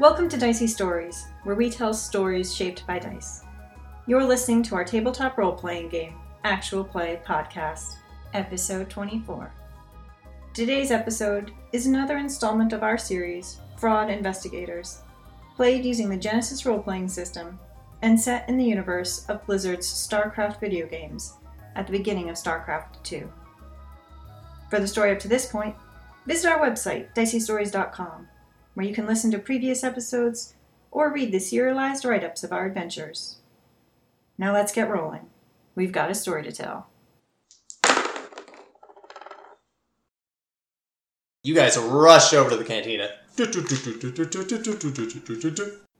Welcome to Dicey Stories, where we tell stories shaped by dice. You're listening to our tabletop role playing game, Actual Play Podcast, Episode 24. Today's episode is another installment of our series, Fraud Investigators, played using the Genesis role playing system and set in the universe of Blizzard's StarCraft video games at the beginning of StarCraft II. For the story up to this point, visit our website, diceystories.com where you can listen to previous episodes or read the serialized write ups of our adventures. Now let's get rolling. We've got a story to tell. You guys rush over to the cantina.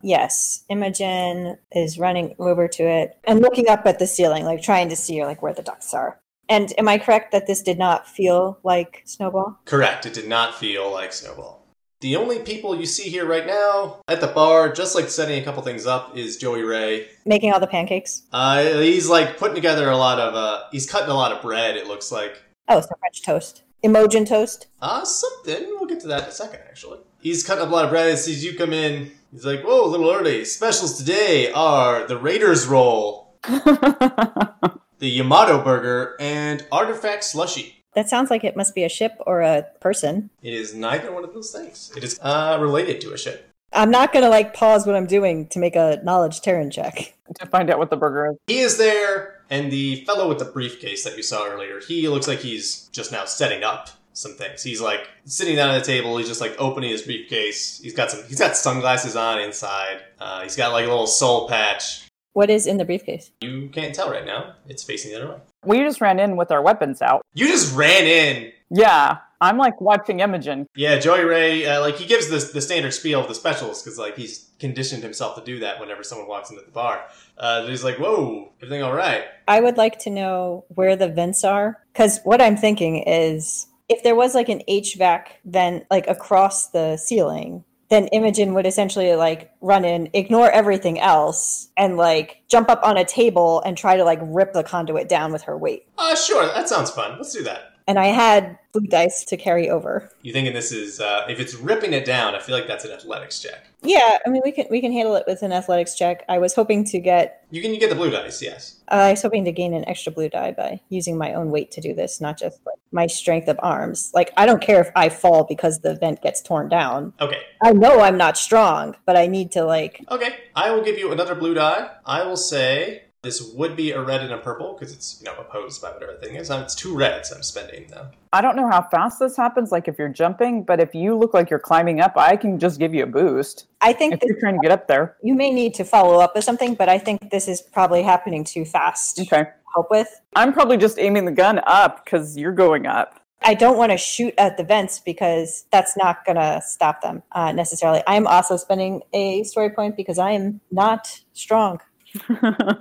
Yes, Imogen is running over to it and looking up at the ceiling, like trying to see like where the ducks are. And am I correct that this did not feel like Snowball? Correct, it did not feel like Snowball. The only people you see here right now at the bar, just like setting a couple things up, is Joey Ray. Making all the pancakes? Uh, he's like putting together a lot of, uh, he's cutting a lot of bread, it looks like. Oh, so French toast. Imogen toast? Uh, something. We'll get to that in a second, actually. He's cutting up a lot of bread. He sees you come in. He's like, whoa, a little early. Specials today are the Raiders Roll, the Yamato Burger, and Artifact Slushy. That sounds like it must be a ship or a person. It is neither one of those things. It is uh, related to a ship. I'm not going to like pause what I'm doing to make a knowledge Terran check. to find out what the burger is. He is there, and the fellow with the briefcase that you saw earlier, he looks like he's just now setting up some things. He's like sitting down at a table. He's just like opening his briefcase. He's got some. He's got sunglasses on inside. Uh, he's got like a little soul patch. What is in the briefcase? You can't tell right now. It's facing the other way. We just ran in with our weapons out. You just ran in. Yeah, I'm like watching Imogen. Yeah, Joey Ray. Uh, like he gives the the standard spiel of the specials because like he's conditioned himself to do that whenever someone walks into the bar. Uh, he's like, "Whoa, everything all right?" I would like to know where the vents are because what I'm thinking is if there was like an HVAC vent like across the ceiling, then Imogen would essentially like run in, ignore everything else, and like jump up on a table and try to like rip the conduit down with her weight. Uh, sure, that sounds fun. Let's do that. And I had blue dice to carry over. You thinking this is uh, if it's ripping it down? I feel like that's an athletics check. Yeah, I mean we can we can handle it with an athletics check. I was hoping to get You can get the blue dice, yes. Uh, I was hoping to gain an extra blue die by using my own weight to do this, not just like my strength of arms. Like I don't care if I fall because the vent gets torn down. Okay, I know I'm not strong, but I need to like okay. I will give you another blue die. I will say this would be a red and a purple because it's you know opposed by whatever the thing is. Um, It's two reds I'm spending though. I don't know how fast this happens, like if you're jumping, but if you look like you're climbing up, I can just give you a boost I think if that you're trying to get up there. you may need to follow up with something, but I think this is probably happening too fast to Okay. help with. I'm probably just aiming the gun up because you're going up. I don't want to shoot at the vents because that's not going to stop them uh, necessarily. I'm also spending a story point because I am not strong. All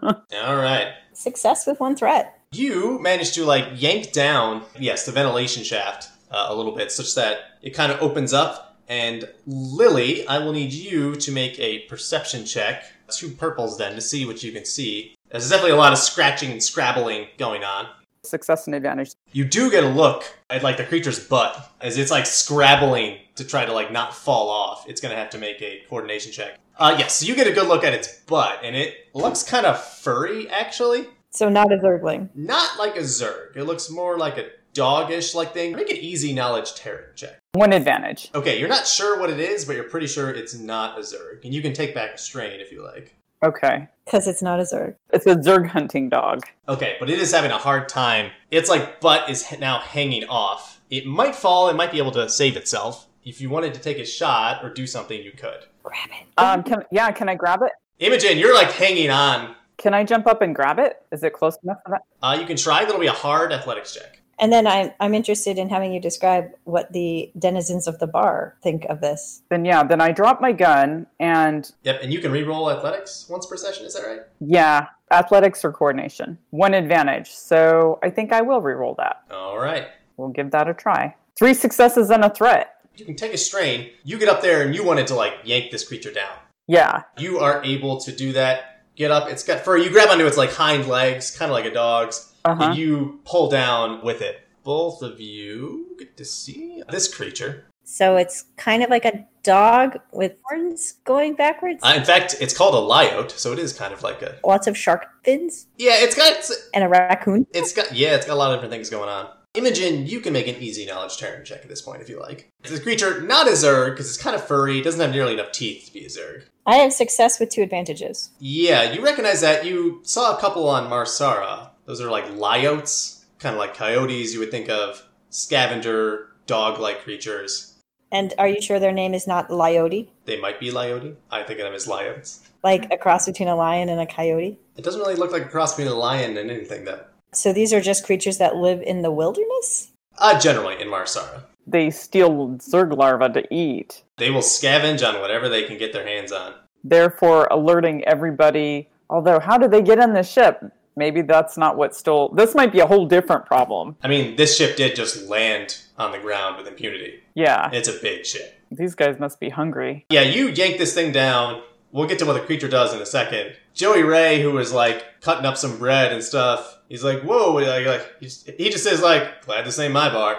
right. Success with one threat. You managed to like yank down yes the ventilation shaft uh, a little bit such that it kind of opens up. And Lily, I will need you to make a perception check. Two purples then to see what you can see. There's definitely a lot of scratching and scrabbling going on. Success and advantage. You do get a look at like the creature's butt as it's like scrabbling to try to like not fall off. It's gonna have to make a coordination check. Uh, yes, so you get a good look at its butt, and it looks kind of furry actually. So not a zergling. Not like a zerg. It looks more like a dogish like thing. Make an easy knowledge terror check. One advantage. Okay, you're not sure what it is, but you're pretty sure it's not a zerg, and you can take back a strain if you like. Okay. Because it's not a zerg. It's a Zerg hunting dog. Okay, but it is having a hard time. It's like butt is h- now hanging off. It might fall. It might be able to save itself. If you wanted to take a shot or do something, you could. Grab it. Um, can, yeah, can I grab it? Imogen, you're like hanging on. Can I jump up and grab it? Is it close enough for that? Uh, you can try. That'll be a hard athletics check. And then I'm, I'm interested in having you describe what the denizens of the bar think of this. Then yeah, then I drop my gun and Yep, and you can re-roll athletics once per session. Is that right? Yeah, athletics or coordination. One advantage. So I think I will re-roll that. All right. We'll give that a try. Three successes and a threat. You can take a strain. You get up there and you wanted to like yank this creature down. Yeah. You are able to do that. Get up. It's got fur. You grab onto its like hind legs, kind of like a dog's. Uh-huh. and you pull down with it. Both of you get to see this creature. So it's kind of like a dog with horns going backwards. Uh, in fact, it's called a lyote, so it is kind of like a. Lots of shark fins Yeah, it's got it's, and a raccoon. it's got yeah, it's got a lot of different things going on. Imogen, you can make an easy knowledge Terran check at this point if you like. This creature, not a Zerg, because it's kind of furry, doesn't have nearly enough teeth to be a Zerg. I have success with two advantages. Yeah, you recognize that. You saw a couple on Marsara. Those are like lyotes, kind of like coyotes you would think of, scavenger, dog like creatures. And are you sure their name is not Lyote? They might be lyote. I think of them as lyotes. Like a cross between a lion and a coyote? It doesn't really look like a cross between a lion and anything, though. So these are just creatures that live in the wilderness? Uh, generally, in Marsara. They steal Zerg larvae to eat, They will scavenge on whatever they can get their hands on. therefore alerting everybody. Although, how did they get in the ship? Maybe that's not what stole. This might be a whole different problem. I mean, this ship did just land on the ground with impunity. Yeah, It's a big ship. these guys must be hungry. Yeah, you yank this thing down. We'll get to what the creature does in a second. Joey Ray, who was like cutting up some bread and stuff, he's like, "Whoa!" Like, like he just- he just says, "Like, glad this ain't my bar."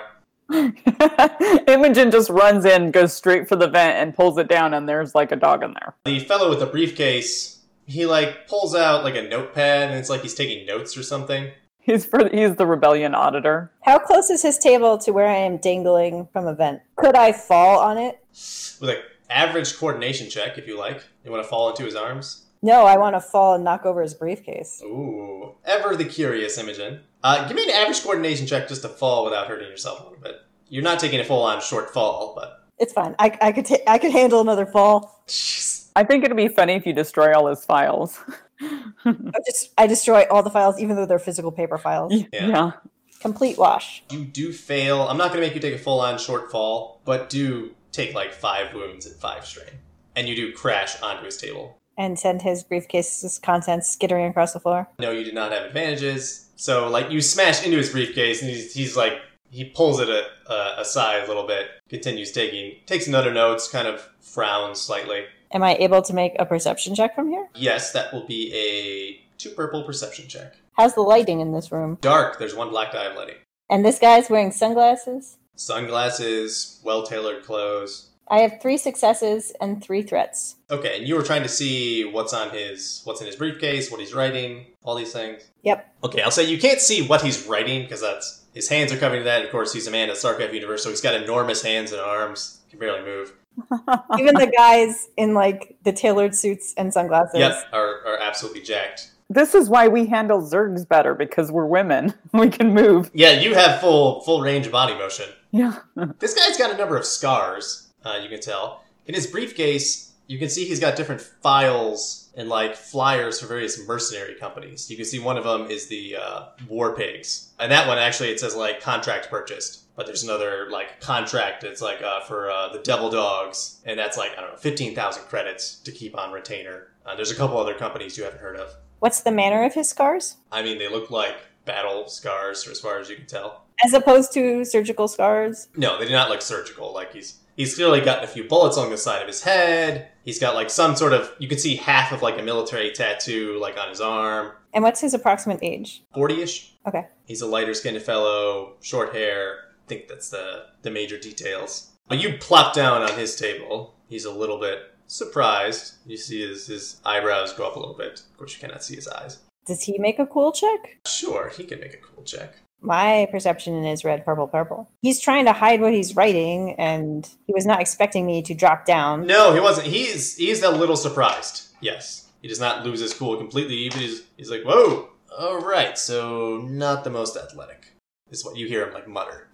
Imogen just runs in, goes straight for the vent, and pulls it down, and there's like a dog in there. The fellow with the briefcase, he like pulls out like a notepad, and it's like he's taking notes or something. He's for he's the rebellion auditor. How close is his table to where I am dangling from a vent? Could I fall on it? With an average coordination check, if you like, you want to fall into his arms. No, I want to fall and knock over his briefcase. Ooh, ever the curious, Imogen. Uh, give me an average coordination check just to fall without hurting yourself a little bit. You're not taking a full-on short fall, but It's fine. I, I could ta- I could handle another fall. jeez. I think it'd be funny if you destroy all his files. I just I destroy all the files, even though they're physical paper files. yeah. Complete wash. You do fail. I'm not going to make you take a full on short fall, but do take like five wounds and five strain. And you do crash onto his table. And send his briefcase's contents skittering across the floor. No, you did not have advantages. So, like, you smash into his briefcase and he's, he's like, he pulls it a, a, aside a little bit, continues taking, takes another notes, kind of frowns slightly. Am I able to make a perception check from here? Yes, that will be a two purple perception check. How's the lighting in this room? Dark, there's one black dive lighting. And this guy's wearing sunglasses. Sunglasses, well tailored clothes. I have three successes and three threats. Okay, and you were trying to see what's on his, what's in his briefcase, what he's writing, all these things. Yep. Okay, I'll say you can't see what he's writing because that's his hands are covering that. Of course, he's a man at Starcraft Universe, so he's got enormous hands and arms. Can barely move. Even the guys in like the tailored suits and sunglasses. Yep, are, are absolutely jacked. This is why we handle Zergs better because we're women. We can move. Yeah, you have full full range of body motion. Yeah. This guy's got a number of scars. Uh, you can tell in his briefcase. You can see he's got different files and like flyers for various mercenary companies. You can see one of them is the uh, War Pigs, and that one actually it says like contract purchased. But there's another like contract that's like uh, for uh, the Devil Dogs, and that's like I don't know fifteen thousand credits to keep on retainer. Uh, there's a couple other companies you haven't heard of. What's the manner of his scars? I mean, they look like battle scars, as far as you can tell. As opposed to surgical scars. No, they do not look surgical. Like he's he's clearly gotten a few bullets along the side of his head. He's got like some sort of you can see half of like a military tattoo like on his arm. And what's his approximate age? Forty ish. Okay. He's a lighter skinned fellow, short hair. I think that's the the major details. But you plop down on his table. He's a little bit surprised. You see his, his eyebrows go up a little bit. Of course you cannot see his eyes. Does he make a cool check? Sure, he can make a cool check. My perception is red, purple, purple. He's trying to hide what he's writing, and he was not expecting me to drop down. No, he wasn't. He's he's a little surprised. Yes, he does not lose his cool completely. But he's he's like, whoa, all right. So not the most athletic is what you hear him like mutter.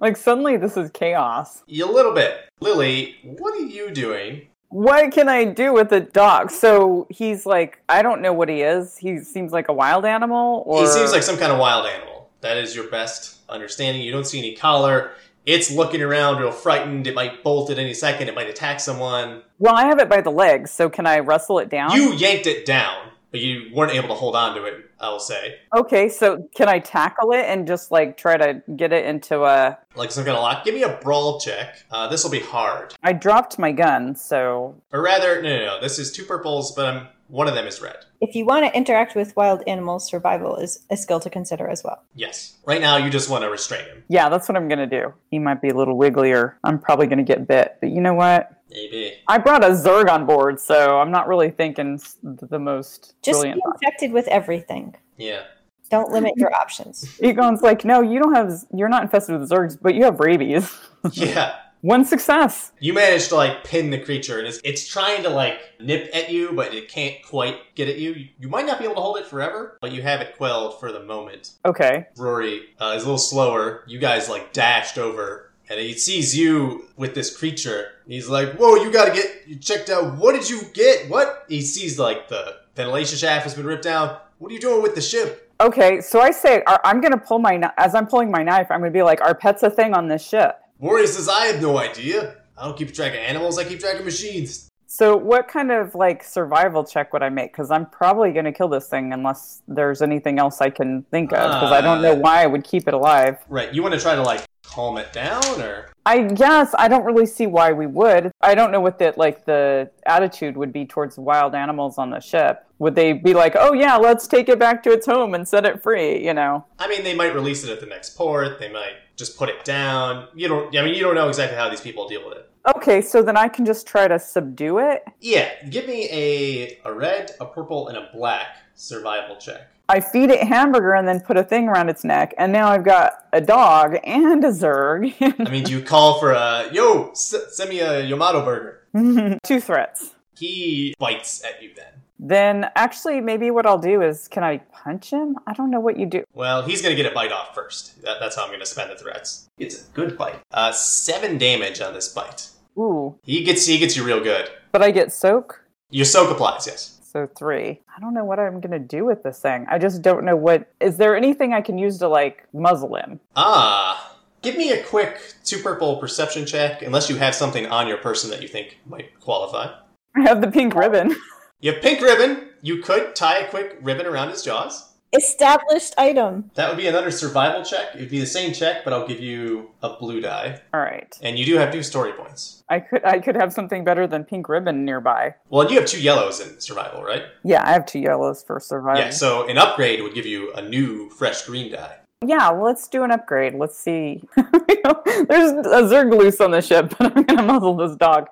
like suddenly this is chaos. a little bit, Lily. What are you doing? What can I do with a dog? So he's like, I don't know what he is. He seems like a wild animal or He seems like some kind of wild animal. That is your best understanding. You don't see any collar. It's looking around, real frightened. It might bolt at any second. It might attack someone. Well, I have it by the legs, so can I wrestle it down? You yanked it down, but you weren't able to hold on to it. I will say, Okay, so can I tackle it and just like try to get it into a like some kind of lock. Give me a brawl check. Uh, this will be hard. I dropped my gun, so Or rather, no, no, no. This is two purples, but I'm One of them is red. If you want to interact with wild animals, survival is a skill to consider as well. Yes. Right now, you just want to restrain him. Yeah, that's what I'm going to do. He might be a little wigglier. I'm probably going to get bit, but you know what? Maybe. I brought a Zerg on board, so I'm not really thinking s- the most Just brilliant. be infected with everything. Yeah. Don't limit your options. Egon's like, no, you don't have, you're not infested with Zergs, but you have rabies. Yeah. One success. You manage to like pin the creature, and it's, it's trying to like nip at you, but it can't quite get at you. You might not be able to hold it forever, but you have it quelled for the moment. Okay. Rory uh, is a little slower. You guys like dashed over, and he sees you with this creature. He's like, "Whoa, you gotta get you checked out. What did you get? What?" He sees like the ventilation shaft has been ripped down. What are you doing with the ship? Okay, so I say, I- I'm going to pull my, kni- as I'm pulling my knife, I'm going to be like, our pet's a thing on this ship. Rory says, "I have no idea. I don't keep track of animals. I keep track of machines." So, what kind of like survival check would I make? Because I'm probably going to kill this thing unless there's anything else I can think of. Because I don't know Uh. why I would keep it alive. Right. You want to try to like calm it down, or I guess I don't really see why we would. I don't know what the like the attitude would be towards wild animals on the ship. Would they be like, "Oh yeah, let's take it back to its home and set it free," you know? I mean, they might release it at the next port. They might just put it down. You don't. I mean, you don't know exactly how these people deal with it. Okay, so then I can just try to subdue it. Yeah, give me a a red, a purple, and a black survival check. I feed it hamburger and then put a thing around its neck, and now I've got a dog and a zerg. I mean, do you call for a yo? S- send me a Yamato burger. Two threats. He bites at you then. Then actually, maybe what I'll do is, can I punch him? I don't know what you do. Well, he's gonna get a bite off first. That, that's how I'm gonna spend the threats. It's a good bite. Uh, seven damage on this bite. Ooh, He gets he gets you real good. but I get soak. Your soak applies, yes. So three. I don't know what I'm gonna do with this thing. I just don't know what. Is there anything I can use to like muzzle him? Ah, give me a quick two purple perception check, unless you have something on your person that you think might qualify. I have the pink ribbon. You have pink ribbon. You could tie a quick ribbon around his jaws. Established item. That would be another survival check. It'd be the same check, but I'll give you a blue die. All right. And you do have two story points. I could I could have something better than pink ribbon nearby. Well, and you have two yellows in survival, right? Yeah, I have two yellows for survival. Yeah, so an upgrade would give you a new, fresh green die. Yeah, well, let's do an upgrade. Let's see. You know, There's a Zerg loose on the ship, but I'm gonna muzzle this dog.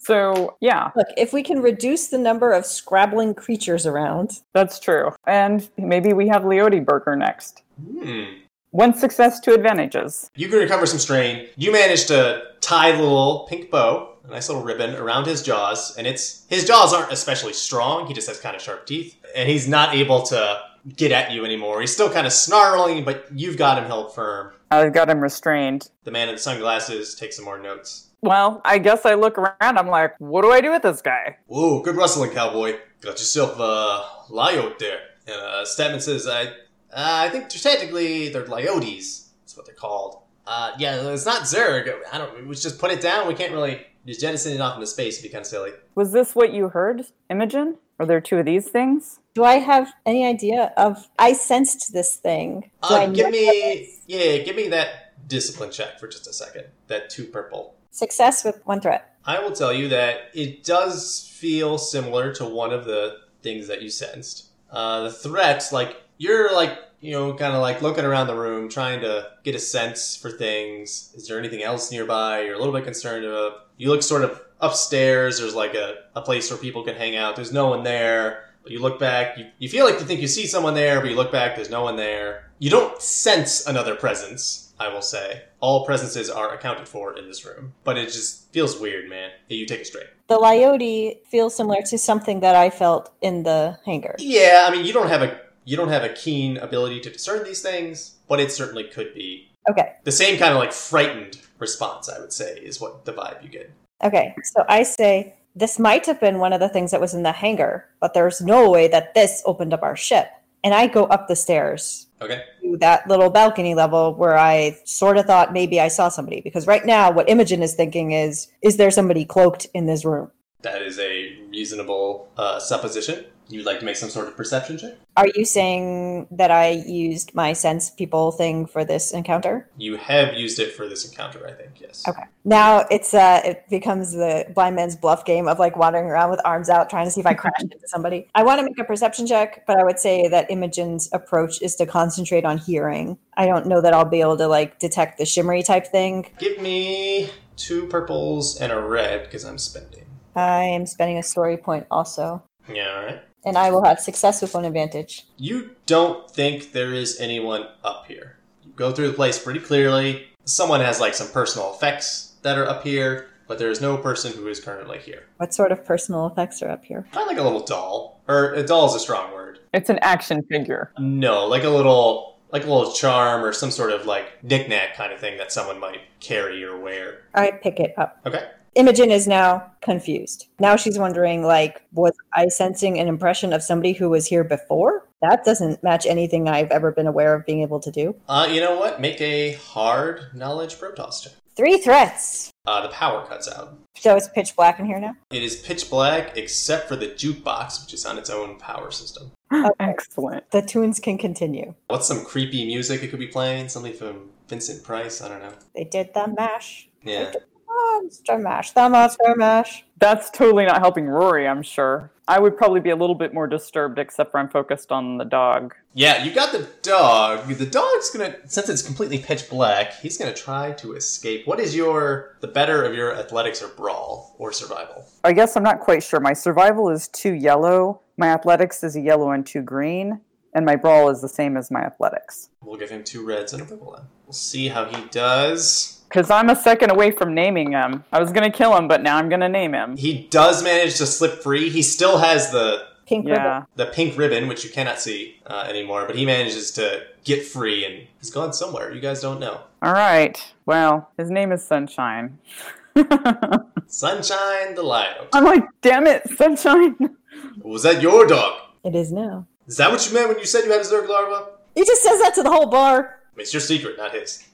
So yeah, Look, if we can reduce the number of scrabbling creatures around, that's true. And maybe we have Leote Burger next. Hmm. One success, two advantages. You can recover some strain. You manage to tie the little pink bow, a nice little ribbon, around his jaws, and it's his jaws aren't especially strong. He just has kind of sharp teeth, and he's not able to get at you anymore. He's still kind of snarling, but you've got him held firm. I've got him restrained. The man in the sunglasses takes some more notes. Well, I guess I look around. I'm like, what do I do with this guy? Whoa, good rustling, cowboy. Got yourself a lyote there. And uh, Statman says, I, uh, I think technically they're lyotes. That's what they're called. Uh, yeah, it's not Zerg. I don't. We just put it down. We can't really just jettison it off into space. It'd be kind of silly. Was this what you heard, Imogen? Are there two of these things? do I have any idea of? I sensed this thing. Do I Uh, give know me, this? yeah, give me that discipline check for just a second. That two purple. success with one threat. I will tell you that it does feel similar to one of the things that you sensed. Uh, the threats, like you're like you know, kind of like looking around the room, trying to get a sense for things. Is there anything else nearby? You're a little bit concerned. Of you look sort of upstairs. There's like a, a place where people can hang out. There's no one there. But you look back. You, you feel like you think you see someone there, but you look back. There's no one there. You don't sense another presence. I will say all presences are accounted for in this room, but it just feels weird, man. You take a straight. The Lyote feels similar to something that I felt in the hangar. Yeah, I mean, you don't have a you don't have a keen ability to discern these things, but it certainly could be Okay, the same kind of like frightened response. I would say is what the vibe you get. okay. So I say this might have been one of the things that was in the hangar, but there's no way that this opened up our ship. And I go up the stairs Okay. to that little balcony level where I sort of thought maybe I saw somebody. Because right now, what Imogen is thinking is, is there somebody cloaked in this room? That is a reasonable uh, supposition. You would like to make some sort of perception check? Are you saying that I used my sense people thing for this encounter? You have used it for this encounter, I think, yes. Okay. Now it's uh, it becomes the blind man's bluff game of like wandering around with arms out, trying to see if I crash into somebody. I want to make a perception check, but I would say that Imogen's approach is to concentrate on hearing. I don't know that I'll be able to like detect the shimmery type thing. Give me two purples and a red because I'm spending. I am spending a story point also, Yeah, all right. and I will have success with one advantage. You don't think there is anyone up here. You go through the place pretty clearly. Someone has like some personal effects that are up here, but there is no person who is currently here. What sort of personal effects are up here? Kind of like a little doll, or a doll is a strong word. It's an action figure. No, like a little, like a little charm or some sort of like knickknack kind of thing that someone might carry or wear. I pick it up. Okay. Imogen is now confused. Now she's wondering, like, was I sensing an impression of somebody who was here before? That doesn't match anything I've ever been aware of being able to do. Uh, you know what? Make a hard knowledge Protoss check. Three threats. Uh, the power cuts out. So it's pitch black in here now. It is pitch black except for the jukebox, which is on its own power system. Excellent. The tunes can continue. What's some creepy music it could be playing? Something from Vincent Price? I don't know. They did the mash. Yeah. Monster mash. The monster mash. That's totally not helping Rory, I'm sure. I would probably be a little bit more disturbed, except for I'm focused on the dog. Yeah, you got the dog. The dog's gonna, since it's completely pitch black, he's gonna try to escape. What is your, the better of your athletics or brawl or survival? I guess I'm not quite sure. My survival is two yellow, my athletics is a yellow and two green, and my brawl is the same as my athletics. We'll give him two reds and a purple then. We'll see how he does. Because I'm a second away from naming him. I was going to kill him, but now I'm going to name him. He does manage to slip free. He still has the, Pink ribbon. Yeah. the pink ribbon, which you cannot see uh, anymore, but he manages to get free and he's gone somewhere. You guys don't know. All right. Well, his name is Sunshine. I'm Sunshine the Lion. like, damn it, Sunshine. Was that your dog? It is now. Is that what you meant when you said you had a Zerg larva? He just says that to the whole bar. It's your secret, not his.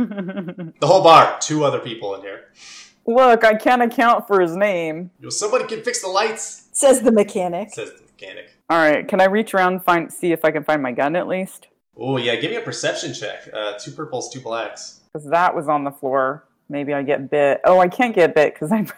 The whole bar, two other people in here. Look, I can't account for his name. You know, somebody can fix the lights, Says the mechanic. says the mechanic. All right, can I reach around and find see if I can find my gun at least? Oh yeah, give me a perception check. Uh, two purples, two blacks. Because that was on the floor. Maybe I get bit. Oh, I can't get bit because I'm.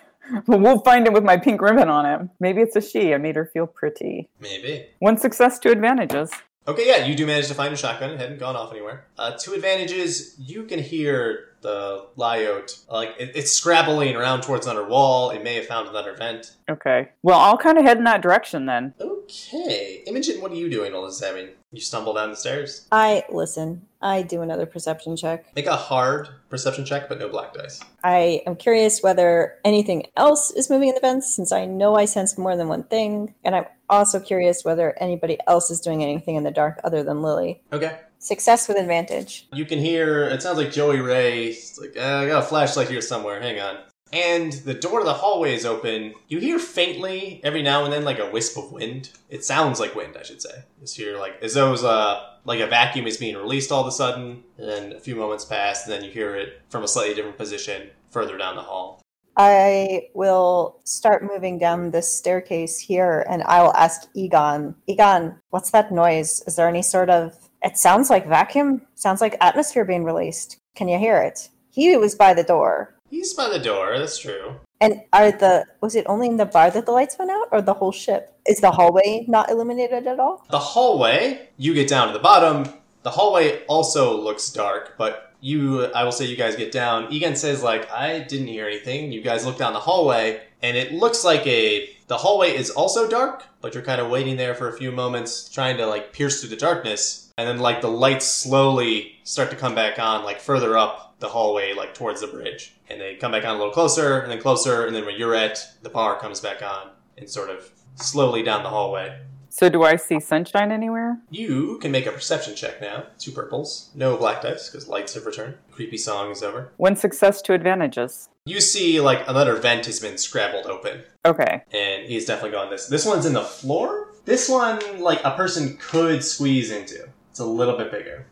Well, we'll find him with my pink ribbon on him. Maybe it's a she. I made her feel pretty. Maybe. One success, two advantages. Okay, yeah, you do manage to find a shotgun. It hadn't gone off anywhere. Uh, two advantages: you can hear the lyote, like it, it's scrabbling around towards another wall. It may have found another vent. Okay. Well, I'll kind of head in that direction then. Okay, Imogen, what are you doing all this is happening? You stumble down the stairs. I listen. I do another perception check. Make a hard perception check, but no black dice. I am curious whether anything else is moving in the vents, since I know I sensed more than one thing. And I'm also curious whether anybody else is doing anything in the dark other than Lily. Okay. Success with advantage. You can hear. It sounds like Joey Ray. It's like uh, I got a flashlight here somewhere. Hang on. And the door to the hallway is open. You hear faintly every now and then, like a wisp of wind. It sounds like wind, I should say. It's here, like as though it was, uh, like a vacuum is being released all of a sudden. And then a few moments pass, and then you hear it from a slightly different position further down the hall. I will start moving down this staircase here and I will ask Egon, Egon, what's that noise? Is there any sort of. It sounds like vacuum, sounds like atmosphere being released. Can you hear it? He was by the door. He's by the door. That's true. And are the was it only in the bar that the lights went out or the whole ship? Is the hallway not illuminated at all? The hallway, you get down to the bottom. The hallway also looks dark, but you, I will say, you guys get down. Egan says, like, I didn't hear anything. You guys look down the hallway, and it looks like a. The hallway is also dark, but you're kind of waiting there for a few moments, trying to, like, pierce through the darkness. And then, like, the lights slowly start to come back on, like, further up the hallway, like, towards the bridge. And they come back on a little closer, and then closer, and then when you're at, the power comes back on, and sort of slowly down the hallway. So, do I see sunshine anywhere? You can make a perception check now. Two purples. No black dice, because lights have returned. Creepy song is over. One success, two advantages. You see, like, another vent has been scrabbled open, Okay. and he's definitely gone this. This one's in the floor? This one, like, a person could squeeze into. It's a little bit bigger.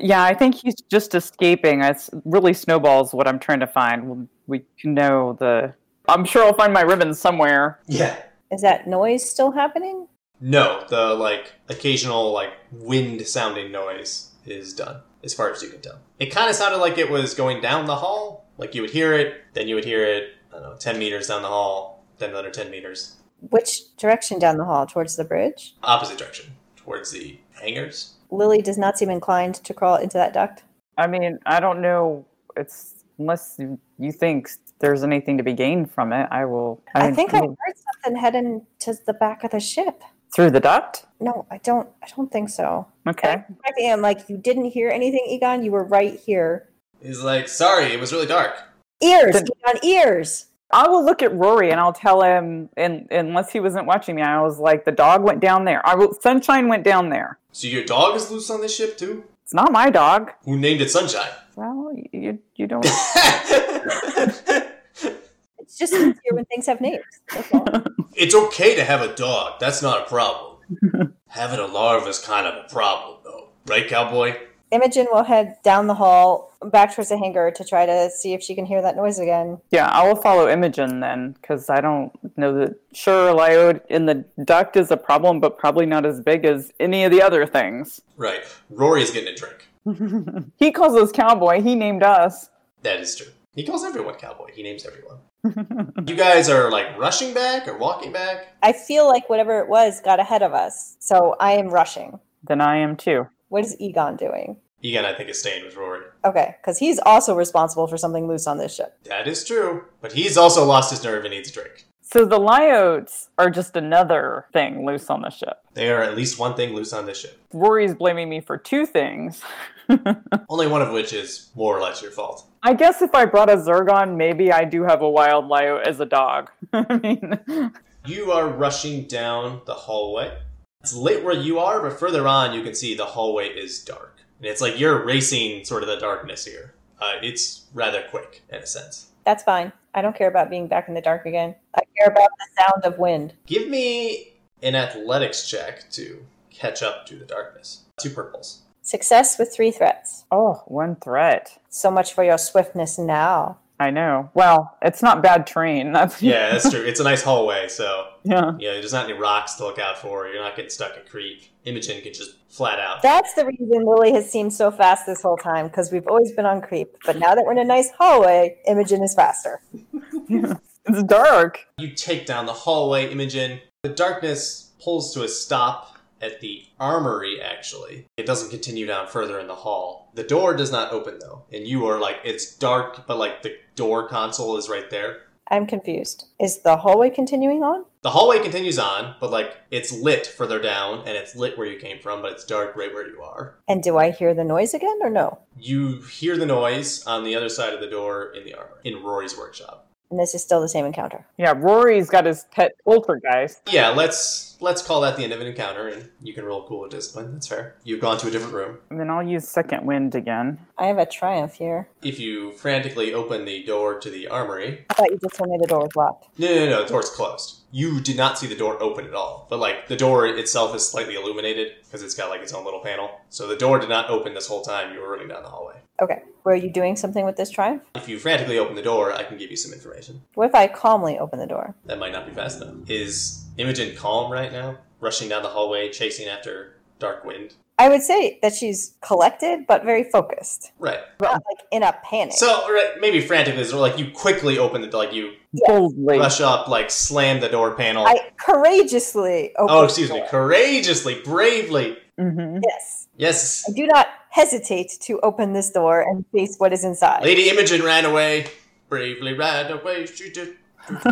Yeah, I think he's just escaping. It's really snowballs what I'm trying to find. We know the. I'm sure I'll find my ribbon somewhere. Yeah. Is that noise still happening? No, the like occasional like wind sounding noise is done, as far as you can tell. It kind of sounded like it was going down the hall. Like you would hear it, then you would hear it. I don't know, ten meters down the hall, then another ten meters, Which direction down the hall? Towards the bridge? opposite direction towards the hangars. Lily does not seem inclined to crawl into that duct. I mean, I don't know. It's unless you- you think there's anything to be gained from it, I will. I, think I will- heard something heading to the back of the ship. through the duct. No, I don't. I don't think so. Okay. I am like you didn't hear anything, Egon. You were right here. He's like, sorry, it was really dark. Ears, Then- Egon, ears. I will look at Rory and I'll tell him. And unless he wasn't watching me, I was like, the dog went down there. I will. Sunshine went down there. So your dog is loose on this ship too? It's not my dog. Who named it Sunshine? Well, you you don't. It's just easier when things have names. That's all. it's okay to have a dog. That's not a problem. Having a larva is kind of a problem, though. Right, cowboy? Imogen will head down the hall back towards the hangar to try to see if she can hear that noise again. yeah, I will follow Imogen then, because I don't know that. Sure, Lyode in the duct is a problem, but probably not as big as any of the other things. Right. Rory's getting a drink. He calls us cowboy. He named us. That is true. He calls everyone cowboy. He names everyone. you guys are like rushing back or walking back? I feel like whatever it was got ahead of us, so I am rushing. Then I am too. What is Egon doing? Egan, I think, is staying with Rory. Okay, because he's also responsible for something loose on this ship. That is true. But he's also lost his nerve and needs a drink. So the Lyotes are just another thing loose on the ship. They are at least one thing loose on this ship. Rory's blaming me for two things. Only one of which is more or less your fault. I guess if I brought a Zergon, maybe I do have a wild Lyote as a dog. I mean, You are rushing down the hallway. It's lit where you are, but further on you can see the hallway is dark. And it's like you're racing sort of the darkness here. Uh, it's rather quick, in a sense. That's fine. I don't care about being back in the dark again. I care about the sound of wind. Give me an athletics check to catch up to the darkness. Two purples. Success with three threats. oh, one threat. So much for your swiftness now. I know. Well, it's not bad terrain. That's Yeah, that's true. It's a nice hallway, so yeah. you know, there's not any rocks to look out for. You're not getting stuck in creek. Imogen can just flat out. That's the reason Lily has seemed so fast this whole time, because we've always been on creep. But now that we're in a nice hallway, Imogen is faster. It's dark. You take down the hallway, Imogen. The darkness pulls to a stop at the armory, actually. It doesn't continue down further in the hall. The door does not open, though, and you are like, it's dark, but like the door console is right there. I'm confused. Is the hallway continuing on? The hallway continues on, but like it's lit further down, and it's lit where you came from, but it's dark right where you are. And do I hear the noise again or no? You hear the noise on the other side of the door in the armor, in Rory's workshop. And this is still the same encounter. Yeah, Rory's got his pet poltergeist. Yeah, let's let's call that the end of an encounter, and you can roll cool with discipline. That's fair. You've gone to a different room. And then I'll use second wind again. I have a triumph here. If you frantically open the door to the armory, I thought you just told me the door was locked. no, no, no, the door's closed. You did not see the door open at all. But like the door itself is slightly illuminated because it's got like its own little panel. So the door did not open this whole time. You were running down the hallway. Okay. Were you doing something with this triumph? If you frantically open the door, I can give you some information. What if I calmly open the door? That might not be fast enough. Is Imogen calm right now? Rushing down the hallway, chasing after Dark Wind? I would say that she's collected but very focused, Right. not like in a panic. Ah. So right, maybe frantically, so, like you quickly open the like you Yes. Boldly. rush up, like slam the door panel. I courageously open. oh, the excuse me, door. courageously, bravely. hmm Yes, Yes, I do not hesitate to open this door and face what is inside. Lady Imogen ran away. Bravely ran away. She did.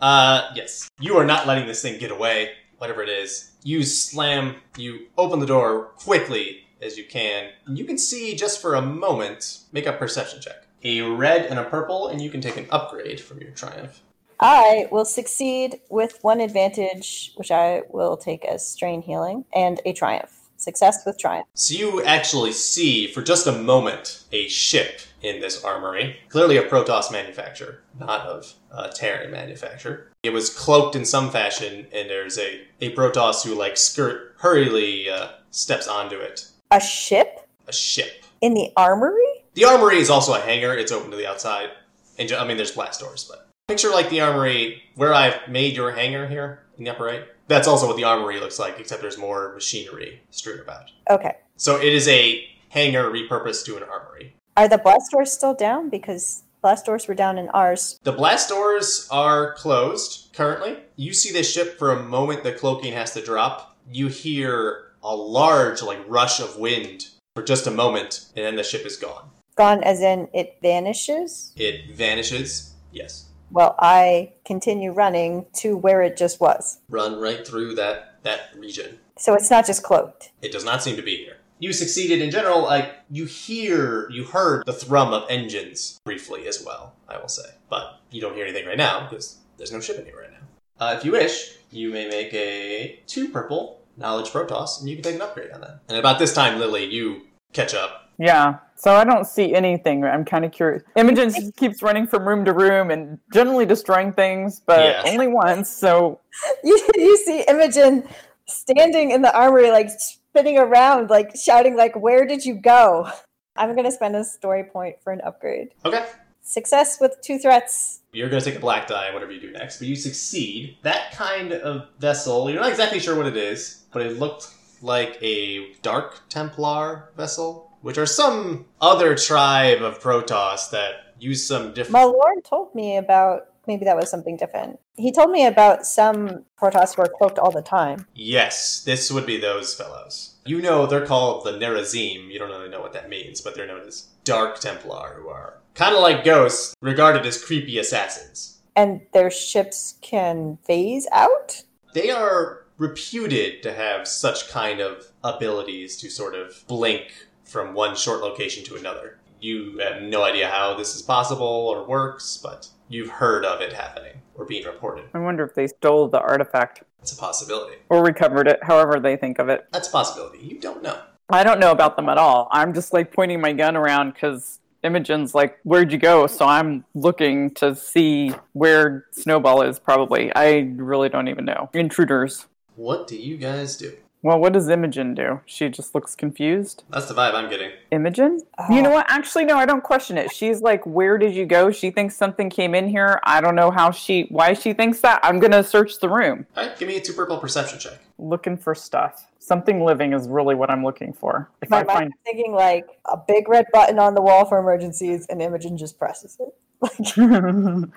uh, yes. You are not letting this thing get away, whatever it is. You slam, you open the door quickly as you can. And you can see just for a moment, make a perception check. A red and a purple, and you can take an upgrade from your triumph. I will succeed with one advantage, which I will take as strain healing, and a triumph. Success with triumph. So you actually see, for just a moment, a ship in this armory. Clearly a Protoss manufacturer, not of uh, Terran manufacture. It was cloaked in some fashion, and there's a, a Protoss who, like, skirt hurriedly uh, steps onto it. A ship A ship. in the armory? The armory is also a hangar. It's open to the outside. And, ju- I mean, there's blast doors, but... Picture, like, the armory where I've made your hangar here in the upper right. That's also what the armory looks like, except there's more machinery strewn about. Okay. So it is a hangar repurposed to an armory. Are the blast doors still down? Because blast doors were down in ours. The blast doors are closed currently. You see this ship for a moment, the cloaking has to drop. You hear a large, like, rush of wind for just a moment, and then the ship is gone. Gone as in it vanishes? It vanishes. Yes. Well, I continue running to where it just was. Run right through that, that region. So it's not just cloaked. It does not seem to be here. You succeeded in general. Like you hear, you heard the thrum of engines briefly as well. I will say, but you don't hear anything right now because there's no ship in here right now. Uh, if you wish, you may make a two purple knowledge protoss, and you can take an upgrade on that. And about this time, Lily, you catch up. Yeah. So I don't see anything. I'm kind of curious. Imogen just keeps running from room to room and generally destroying things, but Yeah. only once. So You, you see Imogen standing in the armory, like spinning around, like shouting, like, where did you go? I'm going to spend a story point for an upgrade. Okay. Success with two threats. You're going to take a black die, whatever you do next, but you succeed. That kind of vessel, you're not exactly sure what it is, but it looked like a dark Templar vessel, which are some other tribe of Protoss that use some different. My lord told me about, maybe that was something different. He told me about some Protoss were cloaked all the time. yes, this would be those fellows. You know they're called the Nerazim. You don't really know what that means, but they're known as Dark Templar, who are kind of like ghosts, regarded as creepy assassins. And their ships can phase out? they are reputed to have such kind of abilities to sort of blink from one short location to another. You have no idea how this is possible or works, but you've heard of it happening or being reported. I wonder if they stole the artifact It's a possibility. or recovered it, however they think of it. That's a possibility. You don't know. I don't know about them at all. I'm just like pointing my gun around because Imogen's like, Where'd you go? So I'm looking to see where Snowball is, probably. I really don't even know. Intruders. What do you guys do? Well, what does Imogen do? She just looks confused. That's the vibe I'm getting. Imogen? You Oh. know what? Actually, no, I don't question it. She's like, Where did you go? She thinks something came in here. I don't know how she, why she thinks that. I'm going to search the room. All right, give me a two purple perception check. Looking for stuff. Something living is really what I'm looking for. If My I mind find is thinking like a big red button on the wall for emergencies, and Imogen just presses it. Like, N-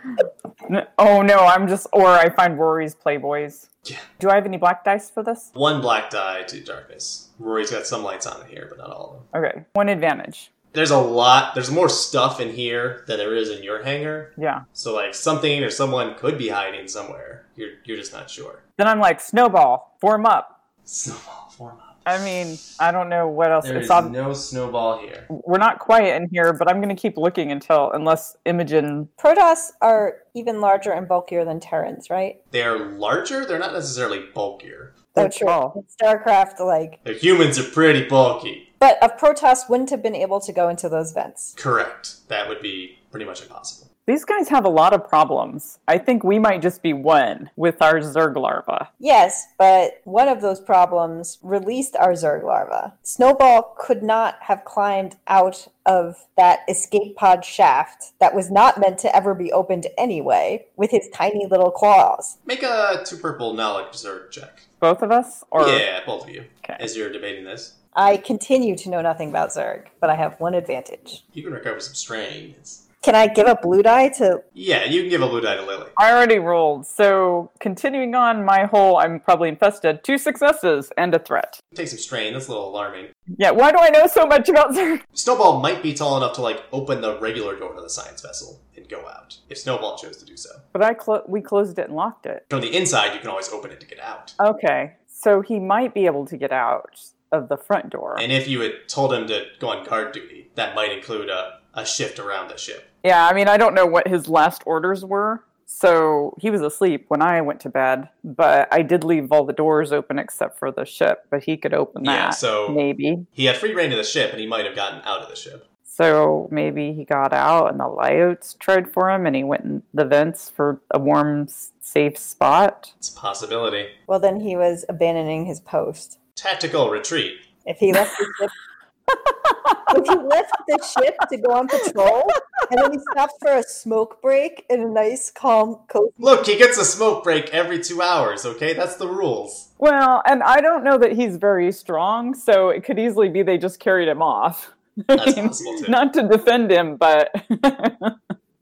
oh no, I'm just or I find Rory's Playboys. Yeah. Do I have any black dice for this? One black die to darkness. Rory's got some lights on here, but not all of them. Okay. One advantage. There's a lot. There's more stuff in here than there is in your hangar. Yeah. So like something or someone could be hiding somewhere. You're you're just not sure. Then I'm like, Snowball, form up. Snowball form up. I mean, I don't know what else There it's is ob- no snowball here. we're not quiet in here, but I'm gonna keep looking until unless Imogen Protoss are even larger and bulkier than Terrans, right? They're larger. They're not necessarily bulkier. Oh, That's all. In StarCraft, like, The humans are pretty bulky. but a Protoss wouldn't have been able to go into those vents. Correct. That would be pretty much impossible. these guys have a lot of problems. I think we might just be one with our Zerg larva. Yes, but one of those problems released our Zerg larva. Snowball could not have climbed out of that escape pod shaft that was not meant to ever be opened anyway with his tiny little claws. Make a two purple knowledge zerg check. Both of us? Or yeah, both of you. Okay. As you're debating this, I continue to know nothing about Zerg, but I have one advantage. you can recover some strain. It's- Can I give a blue die to. Yeah, you can give a blue die to Lily. I already rolled, so continuing on my whole I'm probably infested, two successes and a threat. Take some strain. That's a little alarming. Yeah, why do I know so much about Zerg? Snowball might be tall enough to like open the regular door to the science vessel and go out if Snowball chose to do so. But I clo- we closed it and locked it. From the inside, you can always open it to get out. Okay, so he might be able to get out of the front door. And if you had told him to go on guard duty, that might include a, a shift around the ship. yeah, I mean, I don't know what his last orders were. So he was asleep when I went to bed, but I did leave all the doors open except for the ship, but he could open that. Yeah, so maybe. he had free reign to the ship, and he might have gotten out of the ship. So maybe he got out and the Lyotes tried for him and he went in the vents for a warm, s- safe spot. It's a possibility. Well, then he was abandoning his post. Tactical retreat. If he left his ship, if he left the ship to go on patrol and then he stopped for a smoke break in a nice, calm, cozy. Look, he gets a smoke break every two hours, okay? That's the rules. Well, and I don't know that he's very strong, so it could easily be they just carried him off. I That's mean, possible, too. Not to defend him, but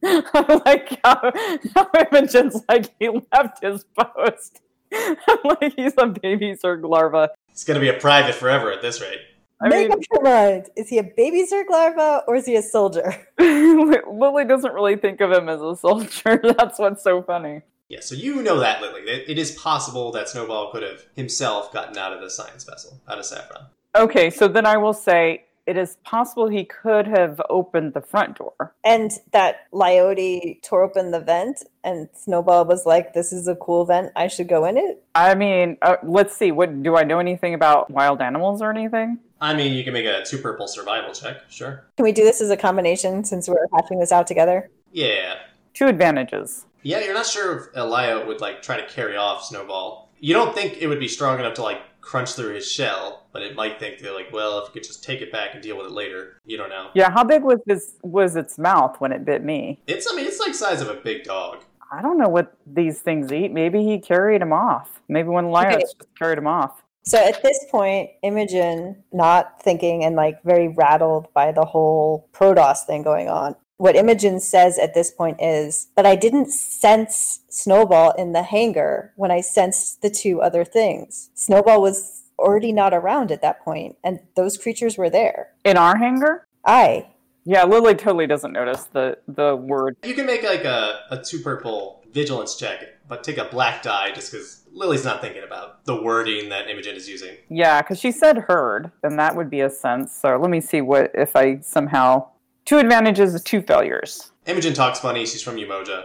I like how, how Imogen's like he left his post. I'm like he's a baby Zerg larva. He's going to be a private forever at this rate. I Make mean, up your mind. Is he a baby Zerg larva or is he a soldier? Lily doesn't really think of him as a soldier. That's what's so funny. Yeah, so you know that, Lily. It, it is possible that Snowball could have himself gotten out of the science vessel, out of Saffron. Okay, so then I will say it is possible he could have opened the front door. And that Lyote tore open the vent, and Snowball was like, This is a cool vent. I should go in it. I mean, uh, let's see. What do I know anything about wild animals or anything? I mean, you can make a two purple survival check, sure. Can we do this as a combination since we're hatching this out together? Yeah. Two advantages. Yeah, you're not sure if Elia would, like, try to carry off Snowball. You don't think it would be strong enough to, like, crunch through his shell, but it might think they're like, well, if you could just take it back and deal with it later. You don't know. Yeah, how big was this was its mouth when it bit me? It's, I mean, it's like size of a big dog. I don't know what these things eat. Maybe he carried him off. Maybe one lion Okay. just carried him off. So at this point, Imogen, not thinking and like very rattled by the whole Protoss thing going on, what Imogen says at this point is, But I didn't sense Snowball in the hangar when I sensed the two other things. Snowball was already not around at that point, and those creatures were there. In our hangar? I. Yeah, Lily totally doesn't notice the the word. You can make, like, a, a two purple vigilance check, but take a black die just because Lily's not thinking about the wording that Imogen is using. Yeah, because she said heard, and that would be a sense. So let me see what if I somehow two advantages, two failures. Imogen talks funny. She's from Umoja.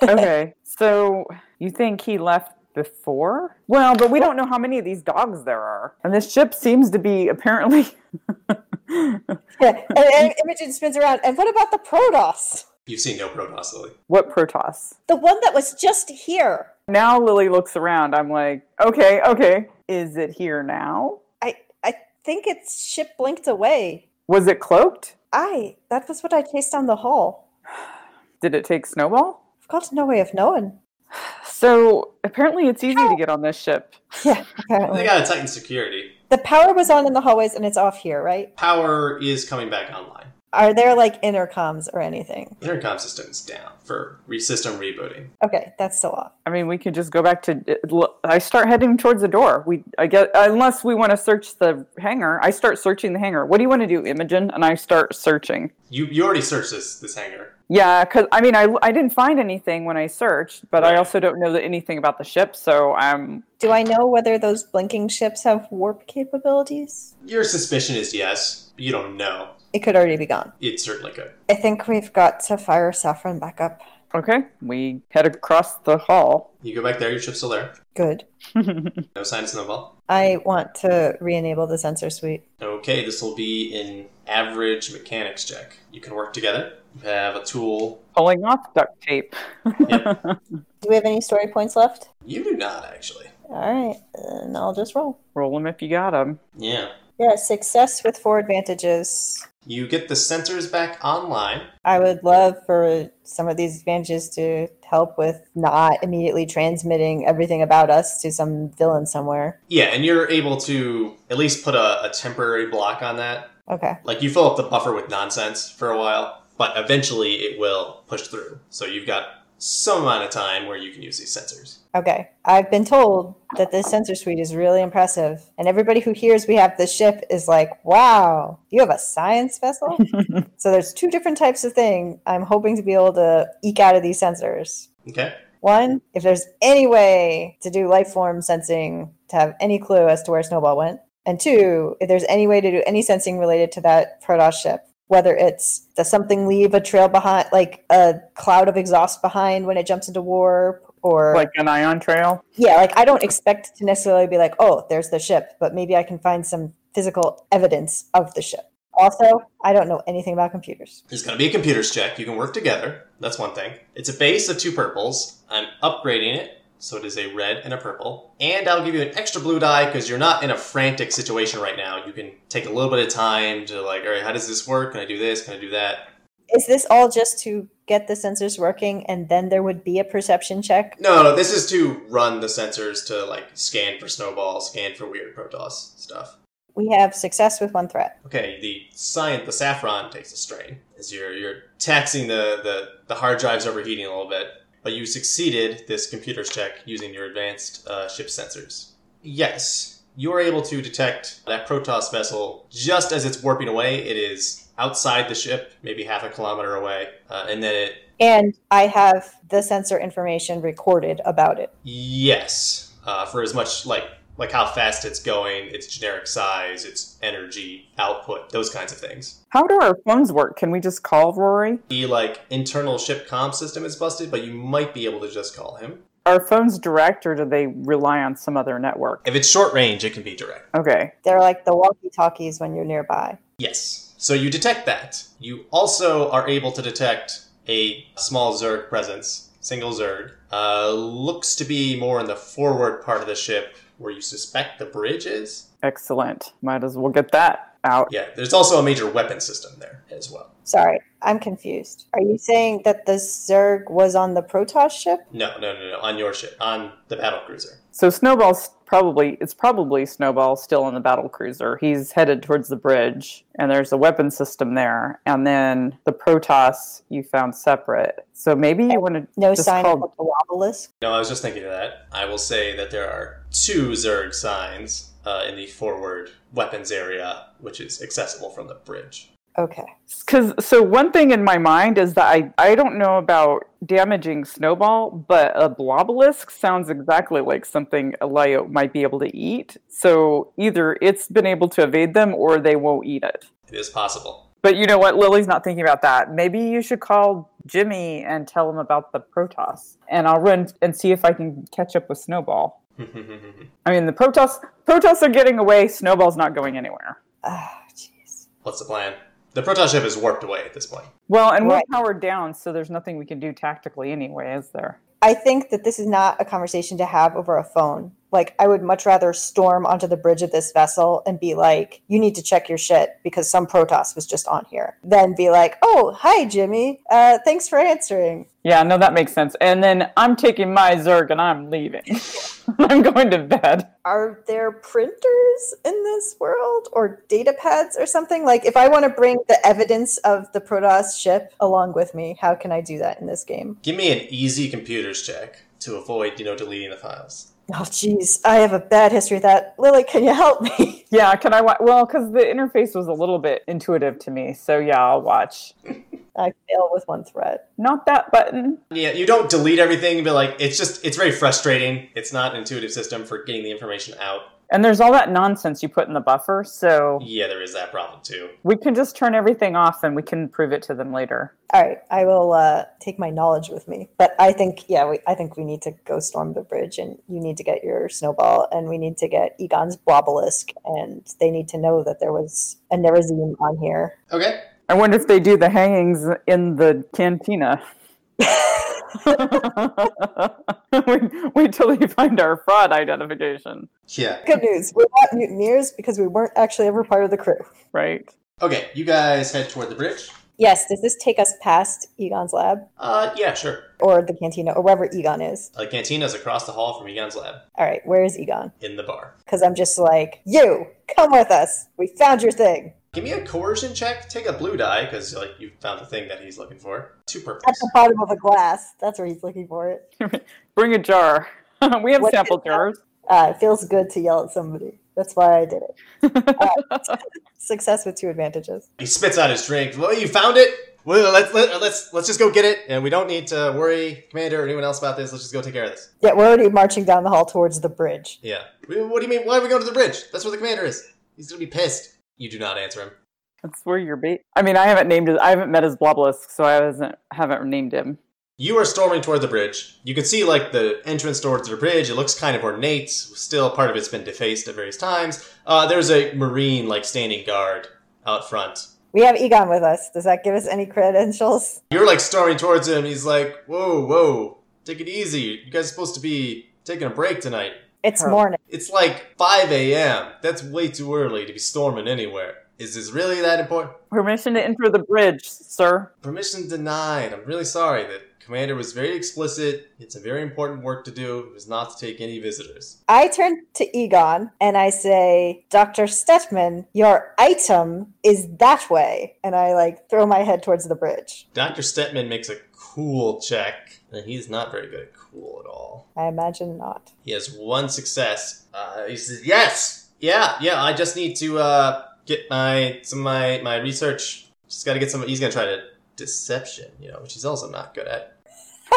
Okay, so you think he left before? Well, but we don't know how many of these dogs there are, and this ship seems to be apparently. Yeah. And, and Imogen spins around. And what about the Protoss? You've seen no Protoss, Lily. what Protoss? The one that was just here. Now Lily looks around. I'm like, okay, okay. Is it here now? I I think its ship blinked away. Was it cloaked? I. That was what I chased down the hall. Did it take Snowball? I've got no way of knowing. So apparently it's easy to get on this ship. Yeah, They apparently. gotta tighten security. The power was on in the hallways and it's off here, right? Power is coming back online. Are there like intercoms or anything? Intercom system is down for re- system rebooting. Okay, that's still off. I mean, we could just go back to. it- l- I start heading towards the door. We, I guess, unless we want to search the hangar, I start searching the hangar. What do you want to do, Imogen? And I start searching. You you already searched this this hangar. Yeah, because I mean, I, I didn't find anything when I searched, but I Right. also don't know that anything about the ship. So I'm. Do I know whether those blinking ships have warp capabilities? Your suspicion is yes. but You don't know. It could already be gone. It certainly could. I think we've got to fire Saffron back up. Okay, we head across the hall. You go back there. Your ship's still there. Good. No sign of snowball. I want to re enable the sensor suite. Okay, this will be an average mechanics check. You can work together. You have a tool. Pulling off duct tape. Yep. Do we have any story points left? you do not actually. All right, then I'll just roll. Roll them if you got them. Yeah. Yeah, success with four advantages. You get the sensors back online. I would love for some of these advantages to help with not immediately transmitting everything about us to some villain somewhere. Yeah, and you're able to at least put a, a temporary block on that. Okay. Like you fill up the buffer with nonsense for a while, but eventually it will push through. So you've got some amount of time where you can use these sensors. Okay. I've been told that this sensor suite is really impressive. And everybody who hears we have this ship is like, wow, you have a science vessel? so there's two different types of thing I'm hoping to be able to eke out of these sensors. Okay. One, if there's any way to do life form sensing to have any clue as to where Snowball went. And two, if there's any way to do any sensing related to that Protoss ship, whether it's does something leave a trail behind, like a cloud of exhaust behind when it jumps into warp, or Like an ion trail. yeah, like I don't expect to necessarily be like, oh, there's the ship, but maybe I can find some physical evidence of the ship. Also, I don't know anything about computers. There's going to be a computers check. You can work together. That's one thing. It's a base of two purples. I'm upgrading it So it is a red and a purple. And I'll give you an extra blue die because you're not in a frantic situation right now. You can take a little bit of time to, like, all right, how does this work? Can I do this? Can I do that? Is this all just to get the sensors working and then there would be a perception check? No, no, this is to run the sensors to, like, scan for snowballs, scan for weird Protoss stuff. We have success with one threat. Okay, the science, the saffron takes a strain as you're, you're taxing the, the, the hard drives overheating a little bit. But you succeeded this computer's check using your advanced uh, ship sensors. Yes, you are able to detect that Protoss vessel just as it's warping away. It is outside the ship, maybe half a kilometer away, uh, and then it. And I have the sensor information recorded about it. Yes, uh, for as much like like how fast it's going, its generic size, its energy output, those kinds of things. How do our phones work? Can we just call Rory? The like internal ship comm system is busted, but you might be able to just call him. Are phones direct or do they rely on some other network? If it's short range, it can be direct. Okay. They're like the walkie talkies when you're nearby. Yes. So you detect that. You also are able to detect a small Zerg presence, single Zerg. Uh, looks to be more in the forward part of the ship where you suspect the bridge is. Excellent. Might as well get that out. Yeah, there's also a major weapon system there as well. Sorry, I'm confused. Are you saying that the Zerg was on the Protoss ship? No, no, no, no, on your ship, on the battle cruiser. So Snowball's probably it's probably Snowball still in the battle cruiser. He's headed towards the bridge and there's a weapon system there. And then the Protoss you found separate. So maybe you want to No just sign call of the obelisk. No, I was just thinking of that. I will say that there are two Zerg signs uh, in the forward weapons area, which is accessible from the bridge. Okay. Because so one thing in my mind is that I I don't know about damaging snowball, but a blobelisk sounds exactly like something a Lyo might be able to eat. So either it's been able to evade them, or they won't eat it. It is possible. But you know what? Lily's not thinking about that. Maybe you should call Jimmy and tell him about the Protoss, and I'll run and see if I can catch up with Snowball. I mean, the Protoss Protoss are getting away. Snowball's not going anywhere. Ah, jeez. What's the plan? The Protoss ship is warped away at this point. Well, and Right. we're powered down, so there's nothing we can do tactically anyway, is there? I think that this is not a conversation to have over a phone. Like, I would much rather storm onto the bridge of this vessel and be like, you need to check your shit because some Protoss was just on here. Then be like, oh, hi, Jimmy. Uh, thanks for answering. Yeah, no, that makes sense. And then I'm taking my Zerg and I'm leaving. I'm going to bed. Are there printers in this world or data pads or something? Like, if I want to bring the evidence of the Protoss ship along with me, how can I do that in this game? Give me an easy computers check to avoid, you know, deleting the files. Oh, jeez. I have a bad history with that. Lily, can you help me? Yeah, can I watch? Well, because the interface was a little bit intuitive to me. So yeah, I'll watch. I fail with one threat. Not that button. Yeah, you don't delete everything, but like it's just it's very frustrating. It's not an intuitive system for getting the information out. And there's all that nonsense you put in the buffer. So Yeah, there is that problem too. we can just turn everything off and we can prove it to them later. All right, I will uh, take my knowledge with me. But I think, yeah, we, I think we need to go storm the bridge, and you need to get your snowball, and we need to get Egon's blobelisk, and they need to know that there was a Nerazine on here. Okay. I wonder if they do the hangings in the cantina. wait, wait till they find our fraud identification, Yeah. Good news, we're not mutineers because we weren't actually ever part of the crew. right? Okay, you guys head toward the bridge. Yes, does this take us past Egon's lab Uh yeah, sure. or the cantina or wherever Egon is? The cantina's across the hall from Egan's lab All right, where is Egon? in the bar. Because I'm just like, you, come with us. We found your thing. Give me a coercion check. Take a blue die because like you found the thing that he's looking for. Two At purples. the bottom of a glass. That's where he's looking for it. Bring a jar. we have What is sample that? jars. Uh, it feels good to yell at somebody. That's why I did it. Success with two advantages. He spits out his drink. Well, you found it. Well, let's let, let's let's just go get it, and we don't need to worry, Commander, or anyone else about this. Let's just go take care of this. Yeah, we're already marching down the hall towards the bridge. Yeah. Wh- What do you mean? Why are we going to the bridge? That's where the commander is. He's gonna be pissed. You do not answer him. That's where you're bait. I mean, I haven't named it. I haven't met his Blobelisk, so I hasn't haven't named him. You are storming toward the bridge. You can see like the entrance towards the bridge. It looks kind of ornate. Still, part of it's been defaced at various times. Uh, there's a marine like standing guard out front. We have Egon with us. Does that give us any credentials? You're like storming towards him. He's like, "Whoa, whoa! Take it easy. You guys are supposed to be taking a break tonight. It's Her- morning. It's like 5 a.m. That's way too early to be storming anywhere. Is this really that important? Permission to enter the bridge, sir. Permission denied. I'm really sorry. The commander was very explicit. It's a very important work to do. It was not to take any visitors. I turn to Egon and I say, Dr. Stetman, your item is that way. And I like throw my head towards the bridge. Dr. Stetman makes a cool check, and he's not very good at cool at all. I imagine not. He has one success. Uh, he says, "Yes, yeah, yeah. I just need to uh, get my some of my my research. Just got to get some. He's gonna try to deception, you know, which he's also not good at.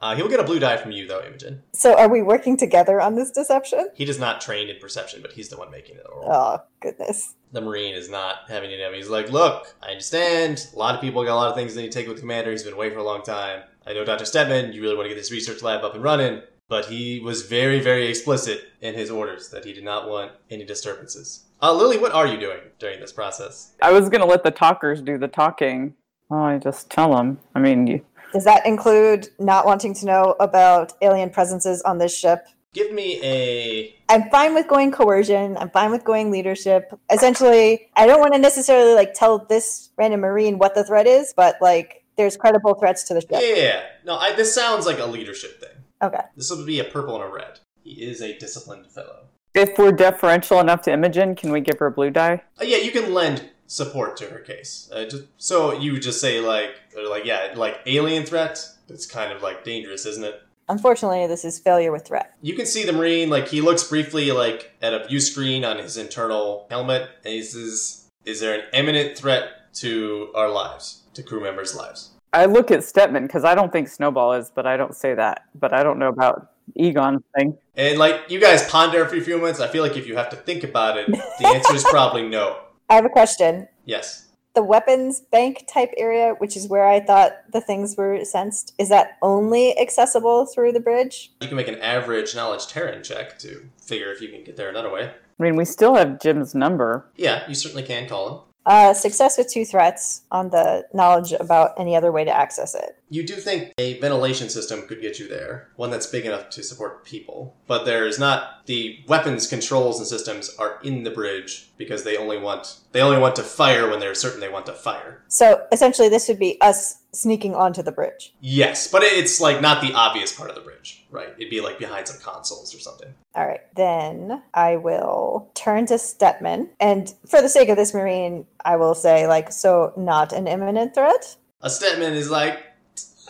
uh, he will get a blue die from you though, Imogen. So are we working together on this deception? He does not train in perception, but he's the one making it. the roll. Oh, goodness. The marine is not having any of. it. He's like, "Look, I understand. A lot of people got a lot of things they need to take with the commander. He's been away for a long time. I know, Doctor Stedman, you really want to get this research lab up and running." But he was very, very explicit in his orders that he did not want any disturbances. Uh, Lily, what are you doing during this process? I was gonna let the talkers do the talking. Oh, I just tell them. I mean, you- Does that include not wanting to know about alien presences on this ship? Give me a. I'm fine with going coercion. I'm fine with going leadership. Essentially, I don't want to necessarily like tell this random marine what the threat is, but like there's credible threats to the ship. Yeah. No, I, this sounds like a leadership thing. Okay. This would be a purple and a red. He is a disciplined fellow. if we're deferential enough to Imogen, can we give her a blue die? Uh, yeah, you can lend support to her case. Uh, just, so you just say like, or like yeah, like alien threat. It's kind of like dangerous, isn't it? Unfortunately, this is failure with threat. You can see the marine like he looks briefly like at a view screen on his internal helmet, and he says, "Is there an imminent threat to our lives, to crew members' lives?" I look at Stepman because I don't think Snowball is, but I don't say that. But I don't know about Egon thing. And like you guys ponder for a few moments. I feel like if you have to think about it, the answer is probably no. I have a question. Yes. The weapons bank type area, which is where I thought the things were sensed, is that only accessible through the bridge? You can make an average knowledge Terran check to figure if you can get there another way. I mean, we still have Jim's number. Yeah, you certainly can call him. Uh, success with two threats on the knowledge about any other way to access it. You do think a ventilation system could get you there, one that's big enough to support people, but there's not the weapons controls and systems are in the bridge because they only want they only want to fire when they're certain they want to fire. So essentially, this would be us sneaking onto the bridge. Yes, but it- it's like not the obvious part of the bridge, right? It'd be like behind some consoles or something. All right, then I will turn to Stepman. And for the sake of this Marine, I will say, like, so not an imminent threat? A Stetman is like,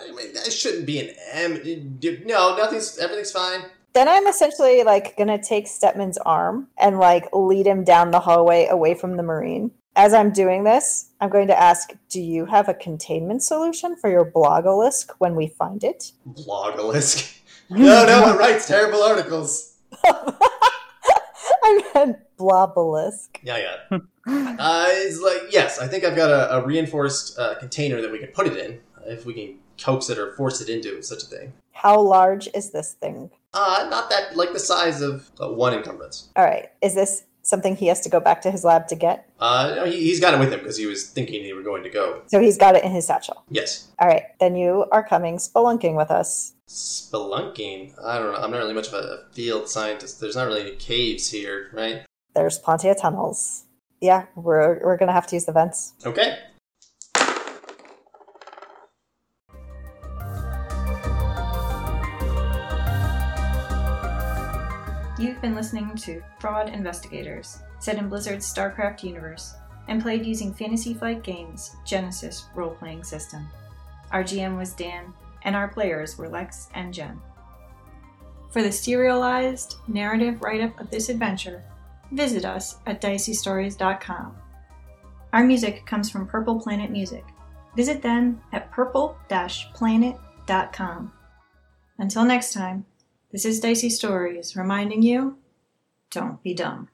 I mean, that shouldn't be an M. No, nothing's everything's fine. Then I'm essentially, like, gonna take Stepman's arm and, like, lead him down the hallway away from the Marine. As I'm doing this, I'm going to ask, do you have a containment solution for your blogolisk when we find it? Blogalisk. No, no, it writes terrible articles. I meant blobolisk. Yeah, yeah. Uh, it's like yes, I think I've got a, a reinforced uh, container that we can put it in uh, if we can coax it or force it into such a thing. How large is this thing? Uh, not that like the size of uh, one encumbrance. All right, is this something he has to go back to his lab to get? Uh, no, he, he's got it with him because he was thinking they were going to go. So he's got it in his satchel. Yes, All right, then you are coming spelunking with us. spelunking. I don't know. I'm not really much of a field scientist. There's not really any caves here, right? There's plenty of tunnels. Yeah, we're, we're going to have to use the vents. Okay. You've been listening to Fraud Investigators, set in Blizzard's StarCraft universe, and played using Fantasy Flight Games' Genesis role playing system. Our GM was Dan, and our players were Lex and Jen. For the serialized narrative write up of this adventure, visit us at diceystories.com. Our music comes from Purple Planet Music. Visit them at purple planet.com. Until next time, this is Dicey Stories reminding you don't be dumb.